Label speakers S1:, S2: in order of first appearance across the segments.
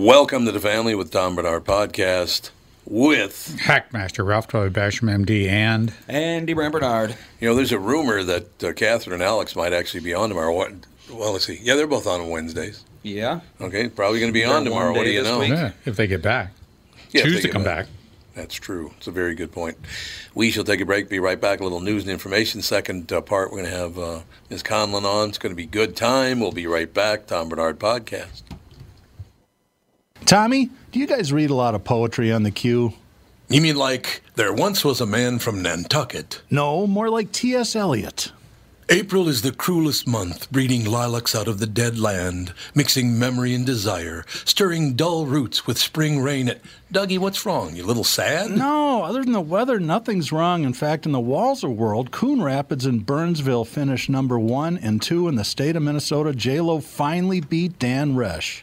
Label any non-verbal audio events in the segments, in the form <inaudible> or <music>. S1: Welcome to the family with Tom Bernard podcast with
S2: Hackmaster Ralph Toy Basham, MD, and
S3: Andy Bram Bernard.
S1: you know there's a rumor that uh, Catherine and Alex might actually be on tomorrow. What? Well, let's see. Yeah, they're both on Wednesdays.
S3: Yeah.
S1: Okay, probably going to be
S3: They're
S1: on
S3: one
S1: tomorrow. What
S3: day
S1: do you
S3: this
S1: know?
S3: week.
S2: yeah, if they get back,
S1: Yeah, if
S2: choose
S1: they
S2: to
S1: get
S2: come back.
S1: That's true. It's a very good point. We shall take a break. Be right back. A little news and information. Second uh, part. We're going to have uh, Ms. Conlon on. It's going to be good time. We'll be right back. Tom Bernard podcast.
S4: Tommy, do you guys read a lot of poetry on the queue?
S1: You mean like there once was a man from Nantucket?
S4: No, more like T.S. Eliot.
S1: April is the cruelest month, breeding lilacs out of the dead land, mixing memory and desire, stirring dull roots with spring rain at. Dougie, what's wrong? You a little sad?
S4: No, other than the weather, nothing's wrong. In fact, in the Walzer world, Coon Rapids and Burnsville finished number one and two in the state of Minnesota. J-Lo finally beat Dan Resch.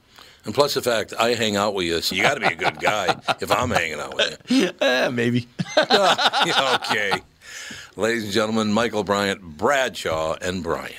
S1: And plus the fact I hang out with you, so you got to be a good guy if I'm hanging out with you. <laughs>
S5: Eh, maybe.
S1: Yeah, okay, ladies and gentlemen, Michael Bryant, Bradshaw, and Bryant.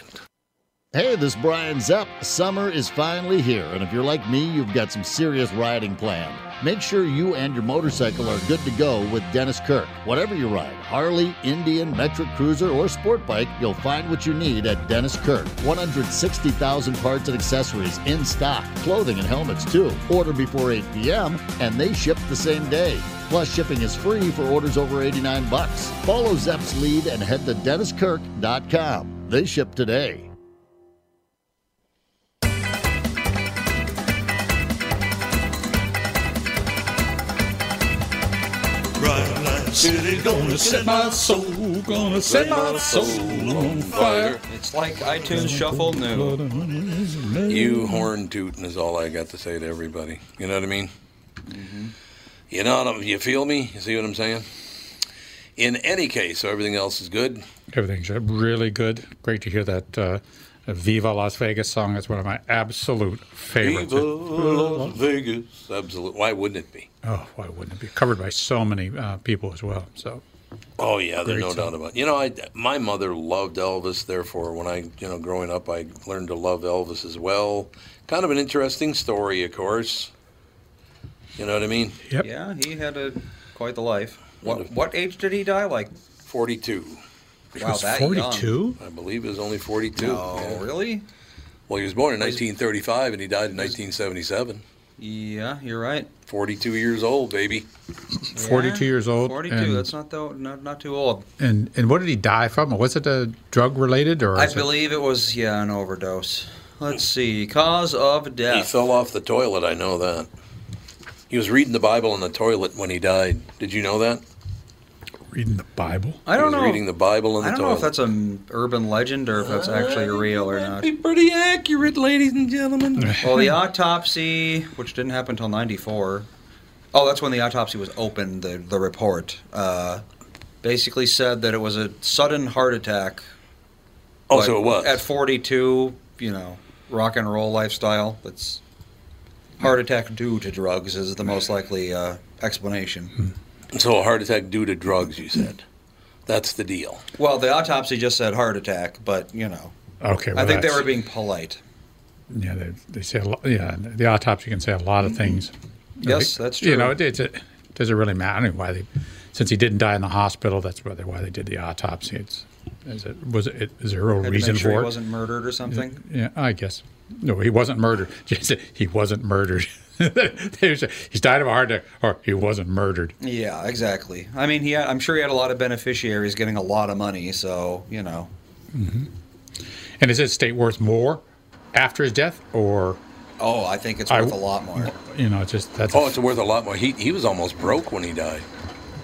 S6: Hey, this is Brian Zepp. Summer is finally here, and if you're like me, you've got some serious riding planned. Make sure you and your motorcycle are good to go with Dennis Kirk. Whatever you ride Harley, Indian, Metric Cruiser, or Sport Bike you'll find what you need at Dennis Kirk. 160,000 parts and accessories in stock, clothing and helmets too. Order before 8 p.m., and they ship the same day. Plus, shipping is free for orders over 89 bucks. Follow Zepp's lead and head to DennisKirk.com. They ship today.
S7: Bright light city gonna set my soul, gonna set my soul on fire.
S3: It's like iTunes Shuffle New.
S1: You horn tootin' is all I got to say to everybody. You know what I mean? You know what I'm, you feel me? You see what I'm saying? In any case, so everything else is good.
S2: Everything's really good. Great to hear that uh, Viva Las Vegas song. That's one of my absolute favorites.
S1: Viva Las Vegas. Absolutely. Why wouldn't it be?
S2: Oh, why wouldn't it be covered by so many uh, people as well? So
S1: Oh yeah, there's
S2: Great
S1: no
S2: song.
S1: doubt about. It. You know, I my mother loved Elvis. Therefore, when I you know growing up, I learned to love Elvis as well. Kind of an interesting story, of course. You know what I mean?
S2: yep,
S3: Yeah, he had a quite the life. What what age did he die? Like
S1: Forty-two,
S3: wow, that young.
S2: forty-two.
S1: I believe, he was only forty-two.
S3: Oh,
S1: Yeah.
S3: really?
S1: Well, he was born in 1935 and he died in 1977.
S3: Yeah, you're right.
S1: 42 years old, baby.
S3: Yeah,
S2: 42 years old
S3: Forty-two.
S2: and-
S3: that's not though not not too old.
S2: And and what did he die from? Was it a drug related or?
S3: I
S2: is it-
S3: believe it was yeah an overdose. Let's see, cause of
S1: He
S3: death.
S1: fell off the toilet, I know that. He was reading the Bible in the toilet when he died. Did you know that?
S2: reading the Bible.
S3: I don't
S1: he was
S3: know.
S1: reading the Bible in
S3: I
S1: the
S3: don't
S1: toilet.
S3: know if that's an urban legend or if that's actually real or not.
S1: Be pretty accurate, ladies and gentlemen. <laughs>
S3: Well, the autopsy, which didn't happen until '94. Oh, that's when the autopsy was open. The the report uh, basically said that it was a sudden heart attack.
S1: Oh,
S3: but
S1: so it was.
S3: at 42. You know, rock and roll lifestyle.
S1: Hmm.
S3: That's heart attack due to drugs is the most likely uh, explanation.
S1: So a heart attack due to drugs, you said. That's the deal.
S3: Well, the autopsy just said heart attack, but you know,
S2: Okay.
S3: I
S2: well,
S3: think they
S2: that's-
S3: were being polite.
S2: Yeah, they, they say a lot, yeah. The autopsy can say a lot of things.
S3: Mm-hmm. Yes, that's true.
S2: You know, it, it's a, does it really matter I mean, why they? Since he didn't die in the hospital, that's why they, why they did the autopsy. It's is it was it is there a
S3: Had to
S2: reason
S3: make sure
S2: for
S3: he
S2: it?
S3: wasn't murdered or something.
S2: Yeah, I guess. No, he wasn't murdered. <laughs> Just that he wasn't murdered. <laughs> They say, He's died of a heart attack, or he wasn't murdered.
S3: Yeah, exactly. I mean, he had, I'm sure he had a lot of beneficiaries getting a lot of money, so you know.
S2: And is his estate worth more after his death, or
S3: Oh, I think it's
S2: I-
S3: worth a lot more.
S2: you know, it's just that's
S1: Oh, it's worth a lot more. He, he was almost broke when he died.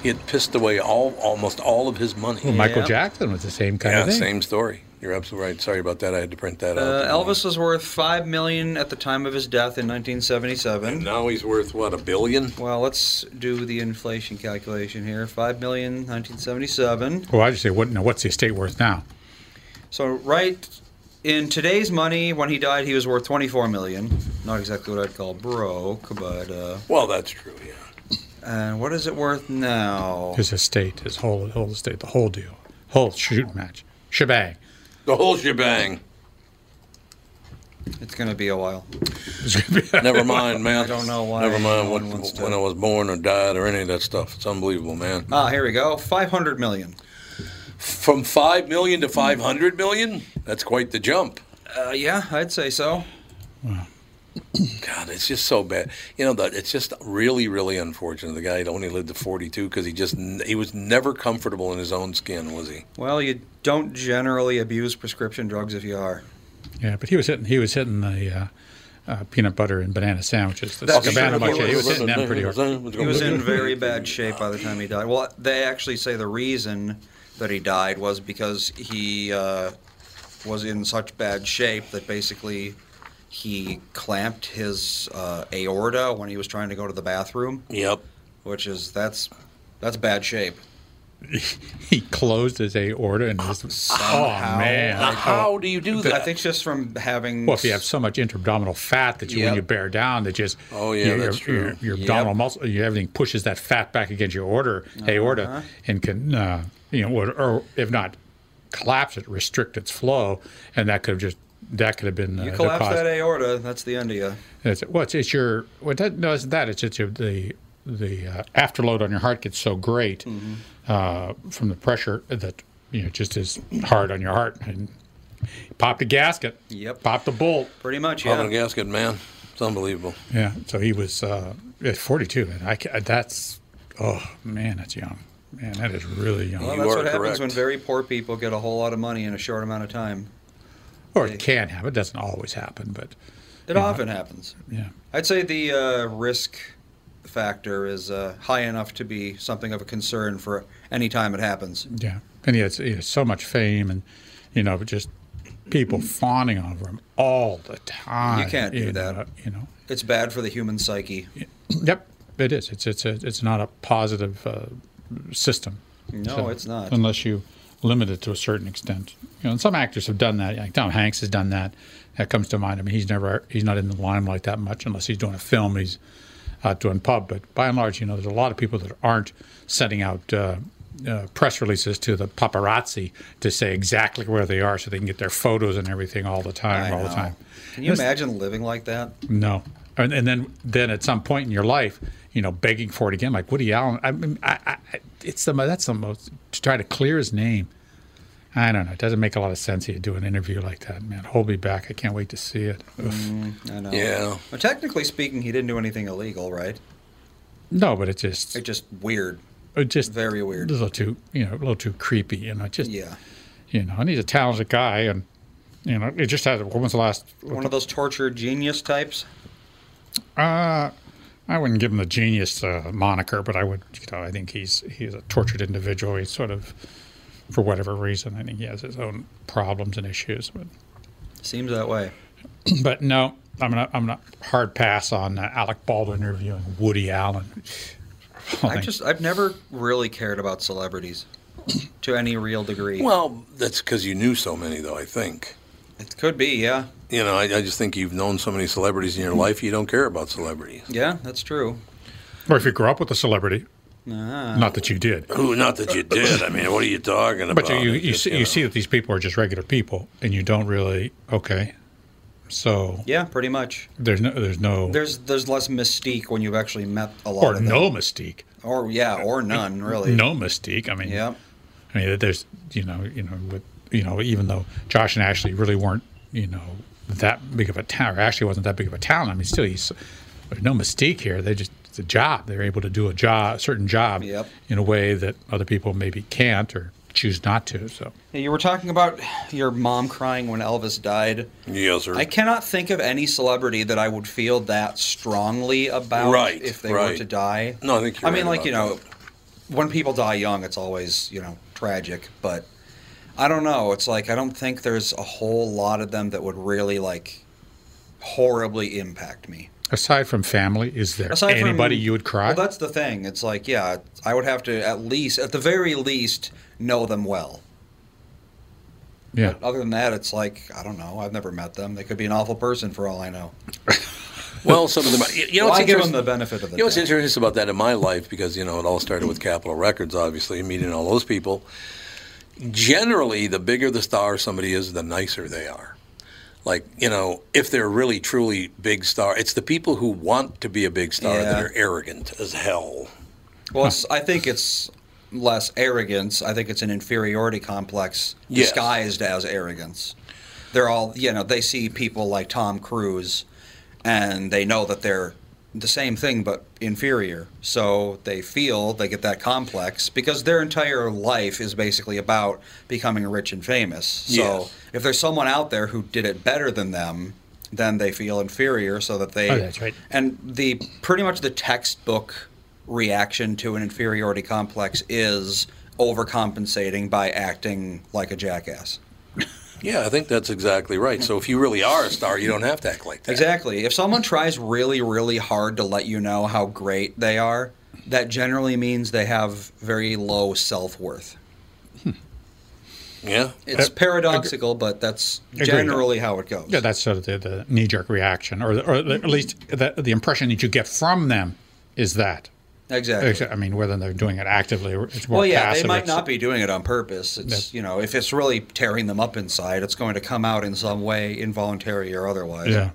S1: He had pissed away all almost all of his money.
S2: Michael
S3: yeah.
S2: Jackson was the same kind
S1: yeah,
S2: of thing.
S1: same story. You're absolutely right. Sorry about that. I had to print that
S3: Uh,
S1: out.
S3: Elvis was worth five million at the time of his death in 1977.
S1: Now he's worth what a billion?
S3: Well, let's do the inflation calculation here. Five million, 1977.
S2: Well, I just say, what? Now, what's the estate worth now?
S3: So right in today's money, when he died, he was worth 24 million. Not exactly what I'd call broke, but uh,
S1: Well, that's true. Yeah.
S3: and what is it worth now?
S2: his estate, his whole whole estate, the whole deal, whole shoot match, shebang.
S1: The whole shebang.
S3: It's gonna be a while.
S1: Never
S3: <laughs>
S1: mind, man.
S3: I don't know why
S1: Never mind
S3: no
S1: what,
S3: one wants to-
S1: when I was born or died or any of that stuff. It's unbelievable, man.
S3: Ah, here we go. 500 million.
S1: From five million
S3: Hmm.
S1: to five hundred million. That's quite the jump.
S3: Uh, yeah, I'd say so.
S1: God, it's just so bad. You know, that it's just really, really unfortunate. The guy only lived to forty-two because he just n- he was never comfortable in his own skin, was he?
S3: Well, you don't generally abuse prescription drugs if you are.
S2: Yeah, but he was hitting he was hitting the uh, uh, peanut butter and banana sandwiches. The
S3: That's
S2: Cabana
S3: true.
S2: Machete, He was hitting them pretty hard.
S3: He
S2: <laughs>
S3: was in very bad shape by the time he died. Well, they actually say the reason that he died was because he uh, was in such bad shape that basically he clamped his uh, aorta when he was trying to go to the bathroom,
S1: Yep.
S3: which is that's that's bad shape.
S2: He closed his aorta and his.
S3: Somehow.
S2: Oh man!
S1: Now, how do you do
S3: I
S1: that?
S3: think just from having
S2: Well, if you have so much interabdominal fat that you,
S3: Yep.
S2: when you bear down, that just
S1: Oh, yeah,
S2: your,
S1: that's
S2: your,
S1: true.
S2: your, your abdominal muscle, your, everything pushes that fat back against your order,
S3: Uh-huh.
S2: aorta, and can uh, you know, or, or if not collapse it, restrict its flow, and that could have just that could have been uh,
S3: you
S2: the
S3: collapse
S2: cause.
S3: that aorta, that's the end of you.
S2: And It's, well, it's, it's your well, that, no, it's that it's it's your, the the uh, afterload on your heart gets so great
S3: Mm-hmm.
S2: uh, from the pressure that you know it just is hard on your heart and popped a gasket,
S3: Yep.
S2: popped a bolt.
S3: Pretty much,
S1: Popping a
S3: yeah.
S1: gasket, man. It's unbelievable.
S2: Yeah, so he was uh, at 42. Man. I, ca- that's, oh, man, that's young. Man, that is really young.
S3: Well,
S1: You
S3: that's
S1: are
S3: what happens
S1: correct.
S3: when very poor people get a whole lot of money in a short amount of time.
S2: or it can happen. It doesn't always happen, but
S3: It
S1: Mm-hmm.
S3: often happens.
S2: yeah.
S3: I'd say the uh, risk factor is uh, high enough to be something of a concern for any time it happens.
S2: Yeah. And he has, he has so much fame and, you know, just people fawning over him all the time.
S3: can't do
S2: you
S3: that.
S2: know, you know,
S3: It's bad for the human psyche.
S2: yep, it is. It's, it's, a, it's not a positive uh, system.
S3: No, it's not.
S2: Unless you limit it to a certain extent. You know, and some actors have done that. Like Tom Hanks has done that. That comes to mind. I mean, he's never he's not in the limelight that much unless he's doing a film. He's out doing pub. But by and large, you know, there's a lot of people that aren't sending out. Uh, uh, press releases to the paparazzi to say exactly where they are so they can get their photos and everything all the time,
S3: I
S2: all the
S3: know.
S2: time.
S3: Can you imagine living like that?
S2: No, and, and then then at some point in your life, you know, begging for it again, like Woody Allen. I mean, I, I, I- it's the mo- that's the most to try to clear his name. I don't know. It doesn't make a lot of sense to do an interview like that, man. Hold me back. I can't wait to see it. Oof.
S3: I know.
S1: Yeah.
S3: Well, technically speaking, he didn't do anything illegal, right?
S2: No, but it just
S3: It's just weird.
S2: it just
S3: very weird.
S2: A little too you know, a little too creepy. You know, just
S3: Yeah.
S2: You know, and he's a talented guy, and you know, it just has. When was the last?
S3: One of those tortured genius types.
S2: I wouldn't give him the genius uh, moniker, but I would. You know, I think he's he's a tortured individual. He's sort of, for whatever reason, I think he has his own problems and issues. But,
S3: Seems that way.
S2: but no, I'm gonna I'm gonna hard pass on uh, Alec Baldwin interviewing Woody Allen. <laughs>
S3: I just I've never really cared about celebrities to any real degree.
S1: Well, that's because you knew so many, though. I think.
S3: it could be, yeah.
S1: You know, I, I just think you've known so many celebrities in your life, you don't care about celebrities.
S3: Yeah, that's true.
S2: Or if you grew up with a celebrity,
S3: Ah.
S2: Not that you did.
S1: Ooh, not that you did. I mean, what are you talking about?
S2: But you, you,
S1: It's
S2: you,
S1: just,
S2: see, you see that these people are just regular people, and you don't really okay. So
S3: Yeah, pretty much.
S2: there's no there's no
S3: There's there's less mystique when you've actually met a lot
S2: or
S3: of them.
S2: no mystique,
S3: Or yeah, or none really.
S2: no mystique. I mean,
S3: Yep.
S2: I mean, there's you know you know with you know even though Josh and Ashley really weren't you know that big of a talent, or Ashley wasn't that big of a talent. I mean, still he's there's no mystique here. They just it's a job. They're able to do a job, a certain job,
S3: Yep.
S2: in a way that other people maybe can't or choose not to. So
S3: Yeah, You were talking about your mom crying when Elvis died.
S1: Yes, sir.
S3: I cannot think of any celebrity that I would feel that strongly about
S1: Right,
S3: if they were
S1: right.
S3: to die.
S1: No, I think you're
S3: I mean,
S1: right
S3: like you
S1: about
S3: know, when people die young, it's always you know tragic. But I don't know. It's like I don't think there's a whole lot of them that would really like horribly impact me.
S2: aside from family, is there
S3: Aside from-
S2: anybody you would cry?
S3: Well, that's the thing. It's like yeah, I would have to at least, at the very least, know them well.
S2: yeah.
S3: Other than that, it's like I don't know. I've never met them. They could be an awful person for all I know.
S1: well, some of them. You you know,
S3: Well,
S1: what's
S3: I give
S1: interest-
S3: them the benefit of the
S1: You know what's
S3: doubt.
S1: interesting about that in my life because you know it all started with Capitol Records, obviously, and meeting all those people. Generally, the bigger the star somebody is, the nicer they are. Like you know, if they're really truly big star, it's the people who want to be a big star that
S3: Yeah.
S1: are arrogant as hell.
S3: Well, it's, I think it's less arrogance. I think it's an inferiority complex
S1: Yes.
S3: disguised as arrogance. They're all, you know, they see people like Tom Cruise and they know that they're the same thing but inferior. So they feel they get that complex because their entire life is basically about becoming rich and famous. So
S1: Yes.
S3: if there's someone out there who did it better than them, then they feel inferior so that they
S2: Oh, that's right.
S3: and the pretty much the textbook reaction to an inferiority complex is overcompensating by acting like a jackass.
S1: Yeah, I think that's exactly right. So if you really are a star, you don't have to act like that.
S3: Exactly. If someone tries really, really hard to let you know how great they are, that generally means they have very low self worth.
S1: Yeah.
S2: Uh,
S3: It's paradoxical, but that's generally how it goes.
S2: Yeah, that's sort of the, the knee-jerk reaction, or, or at least the, the impression that you get from them is that.
S3: exactly.
S2: Except- I mean, whether they're doing it actively, or it's more
S3: Well, yeah,
S2: passive.
S3: they might
S2: it's-
S3: not be doing it on purpose. It's you know, if it's really tearing them up inside, it's going to come out in some way, involuntary or otherwise.
S2: Yeah,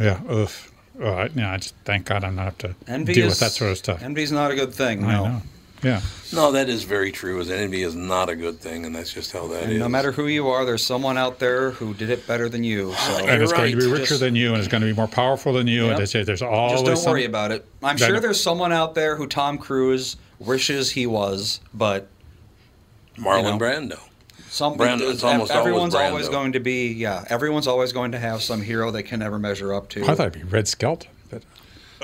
S2: yeah. Oof. All right, yeah. I just thank God I'm not have to
S3: Envy
S2: deal
S3: is,
S2: with that sort of stuff.
S3: Envy's not a good thing.
S2: I
S3: No.
S2: know. Yeah.
S1: No, that is very true. Is envy is not a good thing, and that's just how that is.
S3: And no matter who you are, there's someone out there who did it better than
S2: And
S3: you.
S1: You're
S3: So
S2: it's going to be
S1: right,
S2: richer
S3: just-
S2: than you, and it's going to be more powerful than you. And
S3: Yep.
S2: they say there's always
S3: just don't
S2: some-
S3: worry about it. I'm
S2: Then-
S3: sure there's someone out there who Tom Cruise wishes he was, but
S1: Marlon
S3: you know.
S1: Brando.
S3: something
S1: Brando-
S3: is-
S1: it's almost always
S3: everyone's always,
S1: Brando.
S3: going to be yeah, everyone's always going to have some hero they can never measure up to.
S2: I thought it'd be Red Skelton, but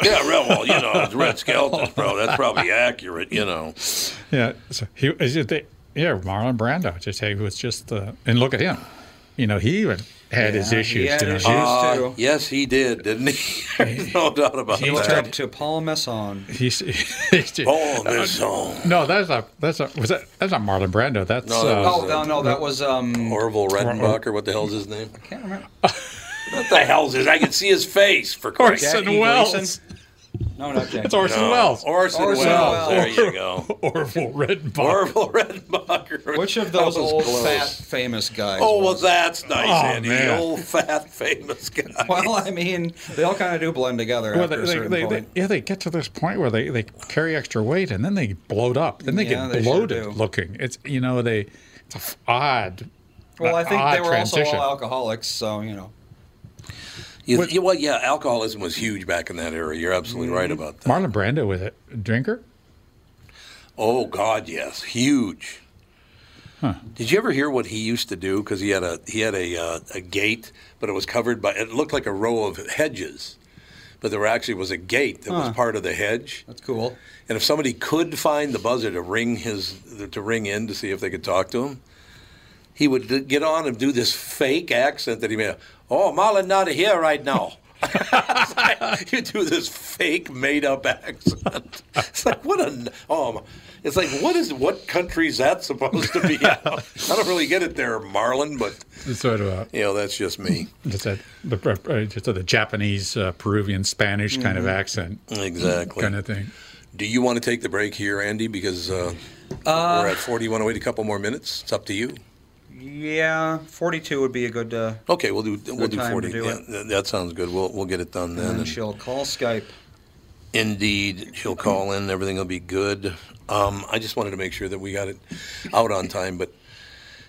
S1: Yeah, well, well, you know, it's Red Skelton's, bro. That's probably accurate, you know.
S2: Yeah, so he is it the, yeah Marlon Brando. Just he was just uh, and look at him. You know, he even had his
S3: Yeah, he
S2: issues.
S3: had
S2: didn't
S3: issues.
S2: he?
S1: Uh,
S3: too.
S1: yes, he did, didn't
S3: <laughs>
S1: he? no doubt about
S2: He
S3: Looked
S1: that.
S3: up to Paul Masson.
S2: He's, he's <laughs> just-
S1: Oh, this song.
S2: no, that's not that's not was that that's not Marlon Brando. That's
S1: No, that
S2: uh,
S1: was-
S3: Oh no, no, that was um.
S1: Orville Redenbacher, what the hell's his name?
S3: can't remember.
S1: What the hell's his? I can see his face for Christ's
S2: uh, Orson
S1: sake.
S3: Jackie
S2: Welles.
S3: Gleason? No, not Jack.
S2: it's Orson
S1: No,
S2: Welles.
S1: Orson,
S3: Orson
S1: Welles.
S3: Welles.
S1: There you go.
S2: Orville Redbar.
S1: Orville Redenbacher.
S3: Which of those
S1: That was
S3: old
S1: close.
S3: fat famous guys?
S1: Oh, well,
S3: was it?
S1: that's nice,
S2: Oh,
S1: Andy. The
S2: man.
S1: old fat famous guy.
S3: <laughs> Well, I mean, they all kind of do blend together
S2: Well,
S3: after
S2: they,
S3: a
S2: they,
S3: certain
S2: they, they,
S3: point.
S2: yeah, they get to this point where they, they carry extra weight and then they bloat up. Then they
S3: Yeah,
S2: get
S3: they sure
S2: bloated
S3: do.
S2: looking. It's you know they it's a f- odd.
S3: well, I think
S2: odd
S3: they were
S2: transition.
S3: also all alcoholics, so you know.
S1: You, you- well, yeah, alcoholism was huge back in that era. You're absolutely right about that.
S2: Marlon Brando with a drinker.
S1: Oh God, yes, huge. Did you ever hear what he used to do? Because he had a he had a uh, a gate, but it was covered by it looked like a row of hedges, but there actually was a gate that was part of the hedge.
S3: That's cool.
S1: And if somebody could find the buzzer to ring his to ring in to see if they could talk to him, he would d- get on and do this fake accent that he made. up. Oh, Marlon, not here right now. <laughs> you do this fake made up accent. It's like what a um. It's like what is what country's that supposed to <laughs> be? in? I don't really get it there, Marlon, but
S2: It's sort of a
S1: you know that's just me.
S2: It's a, the,
S3: Mm-hmm.
S2: uh, just the Japanese, uh, Peruvian, Spanish kind of accent,
S1: Exactly.
S2: kind of thing.
S1: Do you want to take the break here, Andy? Because uh, we're at 40. You want to wait a couple more minutes? It's up to you.
S3: Yeah, 42 would be a good. Uh,
S1: Okay, we'll do we'll
S3: Good
S1: do
S3: time to
S1: 40.
S3: do
S1: yeah,
S3: it.
S1: th- that sounds good. We'll we'll get it done then.
S3: and then
S1: And
S3: she'll call Skype.
S1: Indeed, she'll call in. Everything will be good. Um, I just wanted to make sure that we got it out on time. But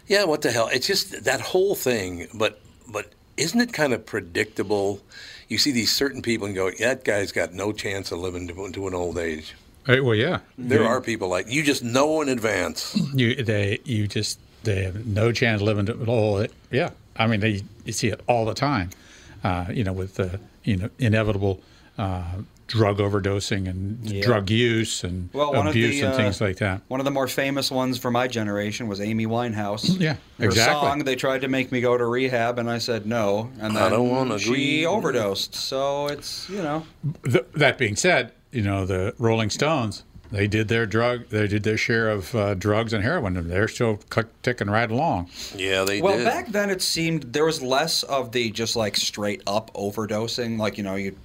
S1: yeah, what the hell? It's just that whole thing. But but isn't it kind of predictable? You see these certain people and go, that guy's got no chance of living to, to an old age.
S2: Hey, well, yeah.
S1: There are people like you just know in advance.
S2: You they you just they have no chance of living at all. Yeah, I mean they you see it all the time. Uh, you know with the you know inevitable uh, drug overdosing and drug use and
S3: Well, one
S2: abuse
S3: of
S2: and
S3: the,
S2: things
S3: uh,
S2: like that.
S3: One of the more famous ones for my generation was Amy Winehouse.
S2: Yeah,
S3: Her
S2: exactly.
S3: song, they tried to make me go to rehab, and I said no. And then
S1: I don't wanna
S3: She
S1: agree.
S3: overdosed, so it's you know.
S2: Th- that being said, you know the Rolling Stones. They did their drug. They did their share of uh, drugs and heroin, and they're still click, ticking right along.
S1: Yeah, they
S3: Well,
S1: did.
S3: back then it seemed there was less of the just like straight up overdosing, like you know you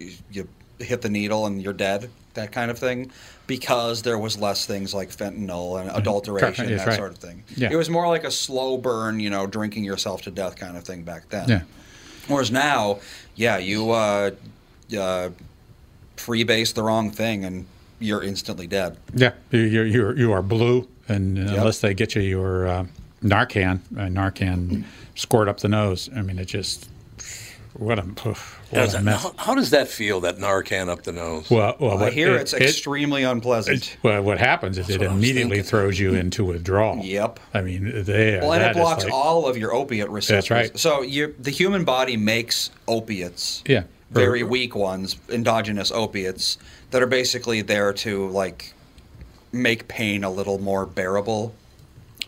S3: you, you hit the needle and you're dead, that kind of thing, because there was less things like fentanyl and adulteration,
S2: Mm-hmm. Yes,
S3: that
S2: right.
S3: sort of thing.
S2: Yeah.
S3: It was more like a slow burn, you know, drinking yourself to death kind of thing back then.
S2: Yeah.
S3: Whereas now, yeah, you uh, uh, freebase the wrong thing and you're instantly dead.
S2: Yeah, you you you you are blue, and uh, unless they get you your uh, Narcan, uh, Narcan squirt up the nose. I mean, it just what a oof, what
S1: Does
S2: a
S1: that-
S2: mess.
S1: how, how does that feel? That Narcan up the nose.
S2: Well, well,
S3: I
S2: what-
S3: hear
S2: it-
S3: it's
S2: it-
S3: extremely unpleasant.
S2: well, what happens is it
S1: what I was
S2: immediately
S1: thinking.
S2: throws you into withdrawal.
S3: Yep.
S2: I mean, they
S3: Well, and
S2: that
S3: it
S2: is
S3: blocks
S2: like-
S3: all of your opiate receptors.
S2: right.
S3: So you, the human body makes opiates.
S2: Yeah.
S3: Very
S2: Or-
S3: weak ones, endogenous opiates that are basically there to like make pain a little more bearable.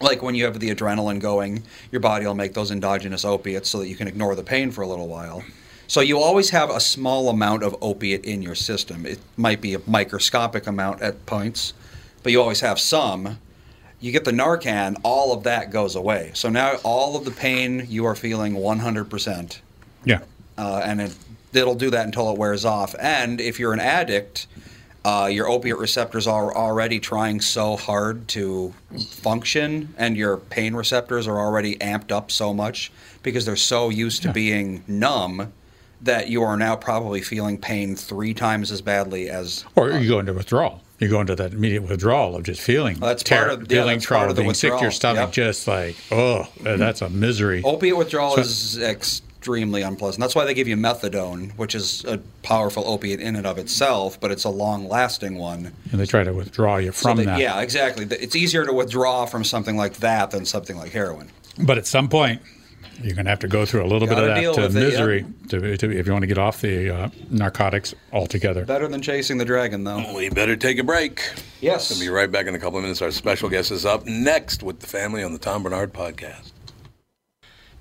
S3: Like when you have the adrenaline going, your body will make those endogenous opiates so that you can ignore the pain for a little while. So you always have a small amount of opiate in your system. It might be a microscopic amount at points, but you always have some you get the Narcan, all of that goes away. So now all of the pain you are feeling 100%.
S2: Yeah.
S3: Uh, and it, it'll do that until it wears off. And if you're an addict, uh, your opiate receptors are already trying so hard to function, and your pain receptors are already amped up so much because they're so used to being numb that you are now probably feeling pain three times as badly as
S2: Or you go into withdrawal. You go into that immediate withdrawal of just feeling
S3: Well, that's
S2: terror,
S3: part of- yeah,
S2: feeling
S3: that's part
S2: trouble,
S3: of the
S2: being sick to your
S3: withdrawal.
S2: stomach,
S3: Yep. Oh.
S2: just like oh, uh, that's a misery.
S3: Opiate withdrawal is extremely unpleasant. That's why they give you methadone, which is a powerful opiate in and of itself, but it's a long-lasting one.
S2: And they try to withdraw you from
S3: They-
S2: that.
S3: Yeah, exactly. Th- It's easier to withdraw from something like that than something like heroin.
S2: But at some point, you're going to have to go through a little
S3: Gotta
S2: bit
S3: deal
S2: of that
S3: with
S2: to
S3: it, yeah.
S2: misery to, to, if you want to get off the uh, narcotics altogether.
S3: Better than chasing the dragon, though.
S1: We better take a break.
S3: Yes.
S1: We'll be right back in a couple of minutes. Our special guest is up next with the family on the Tom Bernard podcast.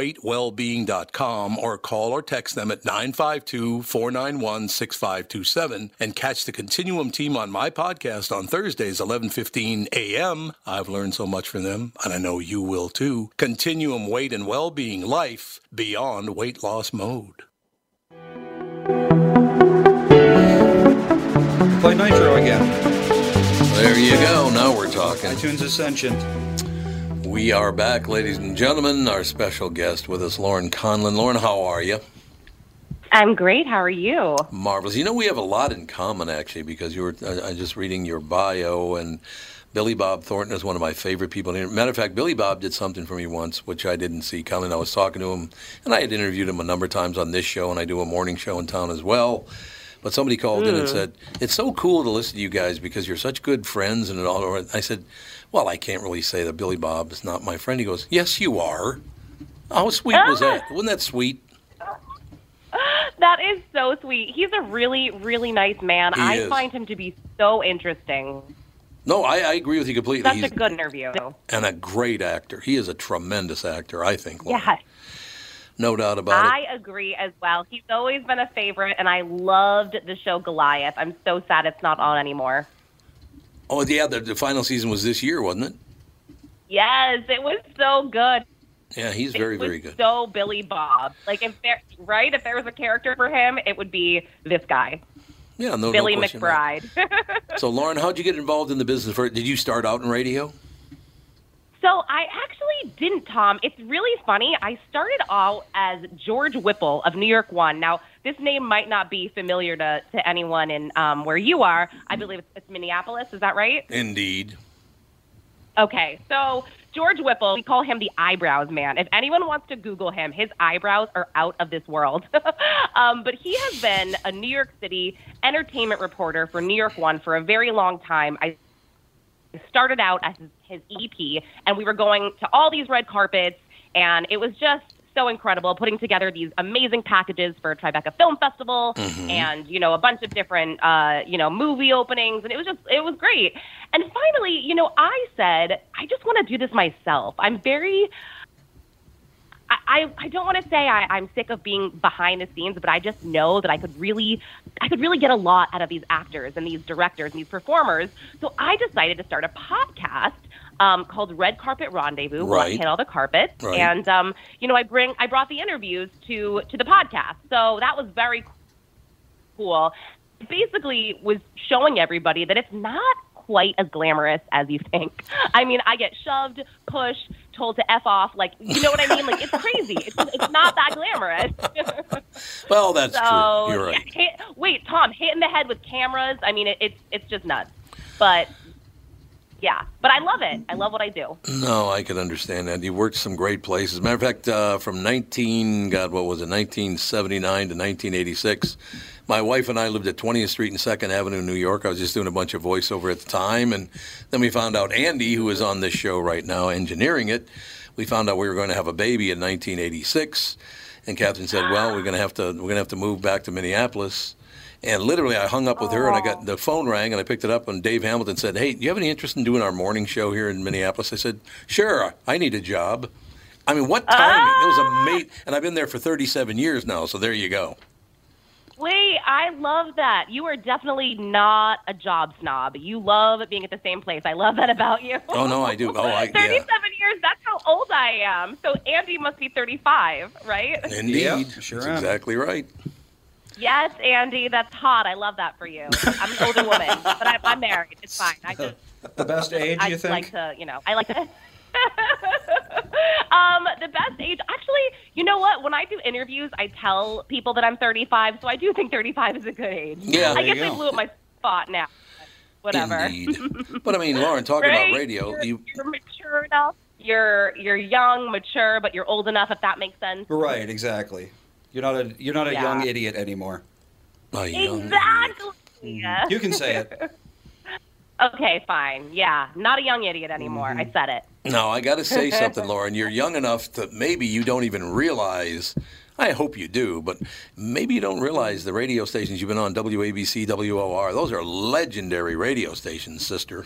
S1: weightwellbeing.com or call or text them at 952 491 6527 and catch the Continuum team on my podcast on Thursdays, 1115 a.m. I've learned so much from them, and I know you will too. Continuum Weight and Wellbeing Life Beyond Weight Loss Mode.
S3: Play Nitro again.
S1: There you go. Now we're talking.
S3: iTunes Ascension.
S1: We are back, ladies and gentlemen. Our special guest with us, Lauren Conlon. Lauren, how are you?
S8: I'm great. How are you?
S1: Marvelous. You know, we have a lot in common actually because you were I, I just reading your bio and Billy Bob Thornton is one of my favorite people. And Matter of fact, Billy Bob did something for me once, which I didn't see coming. I was talking to him, and I had interviewed him a number of times on this show, and I do a morning show in town as well. But somebody called in and
S8: Hmm.
S1: said, "It's so cool to listen to you guys because you're such good friends." And it all. or I said, "Well, I can't really say that Billy Bob is not my friend." He goes, "Yes, you are." How sweet was
S8: Ah.
S1: that? Wasn't that sweet?
S8: That is so sweet. He's a really, really nice man.
S1: He
S8: I
S1: is.
S8: find him to be so interesting.
S1: No, I, I agree with you completely.
S8: Such
S1: He's-
S8: a good interview.
S1: and a great actor. He is a tremendous actor, I think. Lauren.
S8: Yes,
S1: No doubt about
S8: I
S1: it.
S8: agree as well. He's always been a favorite, and I loved the show Goliath. I'm so sad it's not on anymore.
S1: Oh, yeah, the, the final season was this year, wasn't it?
S8: Yes, it was so good.
S1: Yeah, he's very,
S8: it was
S1: very good.
S8: So Billy Bob. Like if there, right, if there was a character for him, it would be this guy,
S1: yeah, no, no
S8: Billy
S1: question about it.
S8: McBride.
S1: So, Lauren, how'd you get involved in the business? First? Did you start out in radio?
S8: So I actually didn't, Tom. It's really funny. I started out as George Whipple of New York One. Now, this name might not be familiar to, to anyone in um, where you are. I believe it's, it's Minneapolis. Is that right?
S1: Indeed.
S8: Okay. So George Whipple, we call him the eyebrows man. If anyone wants to Google him, his eyebrows are out of this world. <laughs> um, but he has been a New York City entertainment reporter for New York One for a very long time. I started out as his EP, and we were going to all these red carpets, and it was just so incredible putting together these amazing packages for Tribeca Film Festival and you know a bunch of different uh, you know movie openings, and it was just it was great. And finally, you know, I said I just want to do this myself. I'm very I, I I don't want to say I, I'm sick of being behind the scenes, but I just know that I could really, I could really get a lot out of these actors and these directors and these performers. So I decided to start a podcast um, called Red Carpet Rendezvous. where I
S1: Right.
S8: hit all the carpets,
S1: Right.
S8: and um, you know, I bring, I brought the interviews to to the podcast. So that was very cool. Basically, was showing everybody that it's not quite as glamorous as you think. I mean, I get shoved, pushed, told to f off. Like, you know what I mean? Like, it's crazy. It's, it's not that glamorous. <laughs>
S1: Well, that's
S8: so,
S1: true. You're right.
S8: yeah, hit- wait, Tom, hit in the head with cameras. I mean, it, it's it's just nuts. But yeah, but I love it. I love what I do.
S1: No, I could understand that. You worked some great places. Matter of fact, uh, from 19, God, what was it, 1979 to 1986, my wife and I lived at 20th Street and 2nd Avenue in New York. I was just doing a bunch of voiceover at the time. And then we found out Andy, who is on this show right now engineering it, we found out we were going to have a baby in 1986. And Catherine said, well, we're going to have to, we're going to have to move back to Minneapolis. And literally, I hung up with her, and I
S8: Oh.
S1: got the phone rang, and I picked it up, and Dave Hamilton said, "Hey, do you have any interest in doing our morning show here in Minneapolis?" I said, "Sure, I need a job." I mean, what timing? It was
S8: Ah.
S1: a mate, and I've been there for 37 years now, so there you go.
S8: Wait, I love that. You are definitely not a job snob. You love being at the same place. I love that about you.
S1: Oh no, I do. Oh, I
S8: 37
S1: yeah,
S8: years, that's how old I am. So Andy must be 35, right?
S1: indeed,
S3: Yeah, sure
S1: That's
S3: am.
S1: exactly right.
S8: Yes, Andy, that's hot. I love that for you. I'm an older woman, but I, I'm married. It's fine. I just
S3: The best age,
S8: I
S3: you
S8: just
S3: think?
S8: like to, you know, I like to. <laughs> um, the best age, actually, you know what? When I do interviews, I tell people that I'm 35, so I do think 35 is a good age.
S1: Yeah,
S8: I
S1: there
S8: guess
S1: you
S8: I
S1: go.
S8: blew up my spot now. Whatever.
S1: Indeed. but I mean, Lauren, talking
S8: <laughs> Right?
S1: about radio,
S8: You're,
S1: you
S8: you're mature enough. You're you're young, mature, but you're old enough. If that makes sense.
S3: Right, exactly. You're not a you're not a
S8: Yeah.
S3: young idiot anymore.
S1: oh, you don't-
S8: Exactly. Yeah.
S1: Mm-hmm.
S3: You can say
S8: <laughs>
S3: it.
S8: Okay, fine. Yeah, not a young idiot anymore.
S1: Mm-hmm.
S8: I said it.
S1: No, I got to say something, Lauren. You're young enough that maybe you don't even realize. I hope you do, but maybe you don't realize the radio stations you've been on WABC, WOR. Those are legendary radio stations, sister.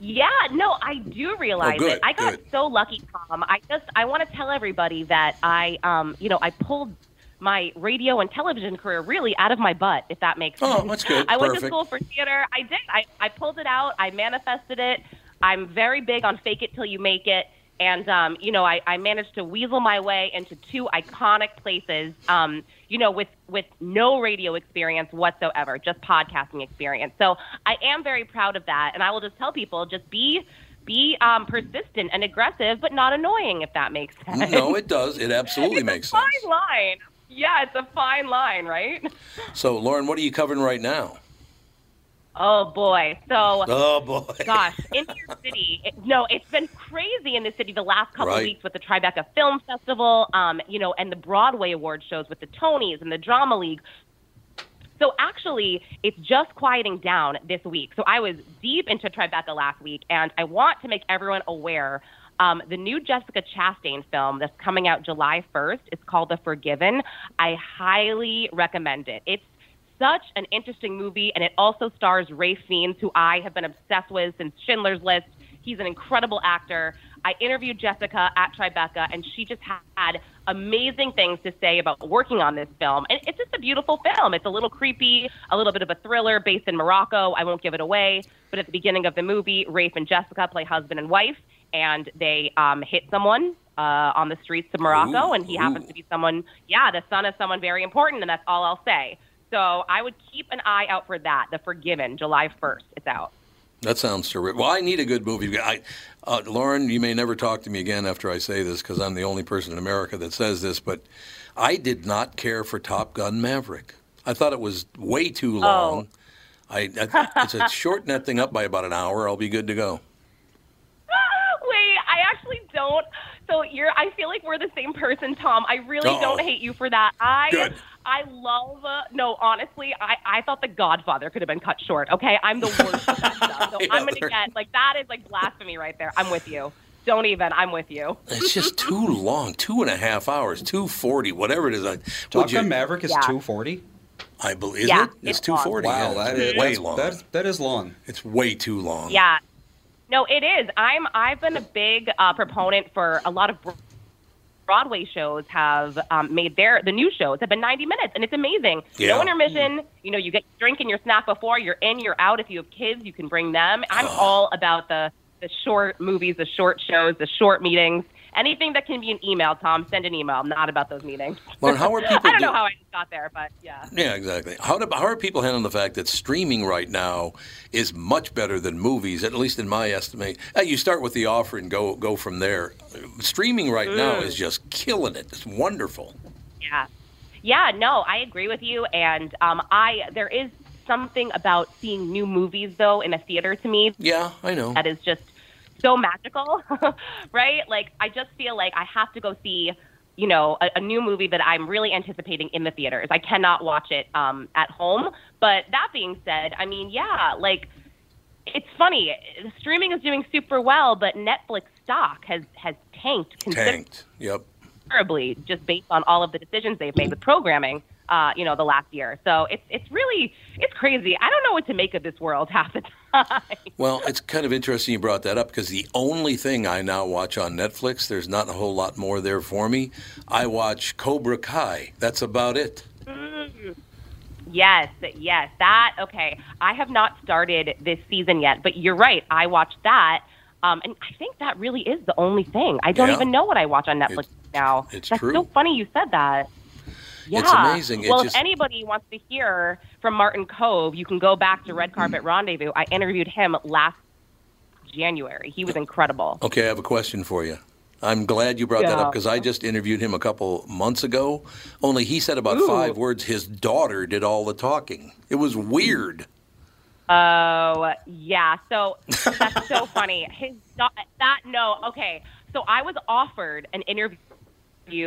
S8: Yeah, no, I do realize
S1: Oh, good,
S8: it. I got
S1: good.
S8: so lucky, Tom. I just I want to tell everybody that I um you know I pulled my radio and television career really out of my butt, if that makes sense.
S1: Oh, that's good.
S8: I went to
S1: Perfect.
S8: school for theater. I did. I, I pulled it out. I manifested it. I'm very big on fake it till you make it. And, um, you know, I, I managed to weasel my way into two iconic places, um, you know, with, with no radio experience whatsoever, just podcasting experience. So I am very proud of that. And I will just tell people just be be um, persistent and aggressive, but not annoying, if that makes sense.
S1: No, it does. It absolutely
S8: it's
S1: makes
S8: a
S1: sense.
S8: <laughs> fine line. Yeah, it's a fine line, right?
S1: So, Lauren, what are you covering right now?
S8: Oh, boy. So.
S1: Oh boy.
S8: Gosh, in New York City, it, no, it's been crazy in the city the last couple
S1: Right.
S8: weeks with the Tribeca Film Festival, um, you know, and the Broadway award shows with the Tonys and the Drama League. So actually, it's just quieting down this week. So I was deep into Tribeca last week, and I want to make everyone aware. Um, the new Jessica Chastain film that's coming out July 1st. It's called The Forgiven. I highly recommend it. It's such an interesting movie, and it also stars Ray Fiennes, who I have been obsessed with since Schindler's List. He's an incredible actor. I interviewed Jessica at Tribeca, and she just had amazing things to say about working on this film. And it's just a beautiful film. It's a little creepy, a little bit of a thriller based in Morocco. I won't give it away, but at the beginning of the movie, Rafe and Jessica play husband and wife, and they um, hit someone uh, on the streets of Morocco,
S1: Ooh,
S8: and he
S1: ooh.
S8: happens to be someone, yeah, the son of someone very important, and that's all I'll say. So I would keep an eye out for that. The Forgiven, July 1st, it's out.
S1: That sounds terrific. Well, I need a good movie. I, uh, Lauren, you may never talk to me again after I say this because I'm the only person in America that says this, but I did not care for Top Gun Maverick. I thought it was way
S8: Oh.
S1: too long. I, I it's a shorten that thing up by about an hour. I'll be good to go.
S8: <laughs> Wait, I actually don't. So you're. I feel like we're the same person, Tom. I really
S1: Uh-oh.
S8: don't hate you for that. I.
S1: Good.
S8: I love. Uh, no, honestly, I, I thought The Godfather could have been cut short. Okay, I'm the worst. at that stuff. So
S1: <laughs> Yeah,
S8: I'm gonna
S1: there-
S8: get like that is like blasphemy right there. I'm with you. Don't even. I'm with you.
S1: It's just too long. Two and a half hours. Two forty. Whatever it is. I,
S3: Top
S1: would you-
S3: Gun Maverick is
S8: Yeah.
S3: 240.
S1: I believe. Is it?
S8: Yeah,
S1: It's
S8: it's long.
S1: two forty.
S3: Wow,
S1: yeah,
S3: that
S1: it's way
S3: is that's-
S1: long.
S3: That, that is long.
S1: it's way too long.
S8: Yeah. No, it is. I'm. I've been a big uh, proponent for a lot of Bro- Broadway shows have um, made their the new shows have been 90 minutes, and it's amazing.
S1: Yeah. Mm.
S8: No intermission. You know, you get your drink and your snack before you're in, you're out. If you have kids, you can bring them. I'm
S1: Ah.
S8: all about the the short movies, the short shows, the short meetings. Anything that can be an email, Tom, send an email. I'm not about those meetings.
S1: Lauren, how are people?
S8: <laughs> I don't
S1: do-
S8: know how I just got there, but yeah.
S1: Yeah, exactly. How, do, how are people handling the fact that streaming right now is much better than movies, at least in my estimate? Uh, you start with the offer and go go from there. Streaming right now is just killing it. It's wonderful.
S8: Yeah. Yeah, no, I agree with you. And um, I there is something about seeing new movies though in a theater to me
S1: Yeah, I know.
S8: that is just so magical, <laughs> right? Like I just feel like I have to go see, you know, a, a new movie that I'm really anticipating in the theaters. I cannot watch it um, at home. But that being said, I mean, yeah, like it's funny. Streaming is doing super well, but Netflix stock has has tanked considerably
S1: Tanked. Yep.
S8: terribly just based on all of the decisions they've made with programming. Uh, you know, the last year. So it's it's really it's crazy. I don't know what to make of this world half the <laughs> time.
S1: Well, it's kind of interesting you brought that up because the only thing I now watch on Netflix, there's not a whole lot more there for me. I watch Cobra Kai. That's about it.
S8: yes, yes, that okay. I have not started this season yet, but you're right. I watched that, um, and I think that really is the only thing. I don't
S1: Yeah.
S8: even know what I watch on Netflix
S1: It's-
S8: now.
S1: it's
S8: That's
S1: true.
S8: so funny you said that. Yeah.
S1: It's amazing. It
S8: well,
S1: just-
S8: if anybody wants to hear from Martin Cove, you can go back to Red Carpet Rendezvous. I interviewed him last January. He was incredible.
S1: Okay, I have a question for you. I'm glad you brought that
S8: Yeah.
S1: up because I just interviewed him a couple months ago. Only he said about
S8: Ooh.
S1: five words. His daughter did all the talking. It was weird.
S8: Oh yeah, so that's
S1: <laughs>
S8: so funny. His do- that no okay. So I was offered an interview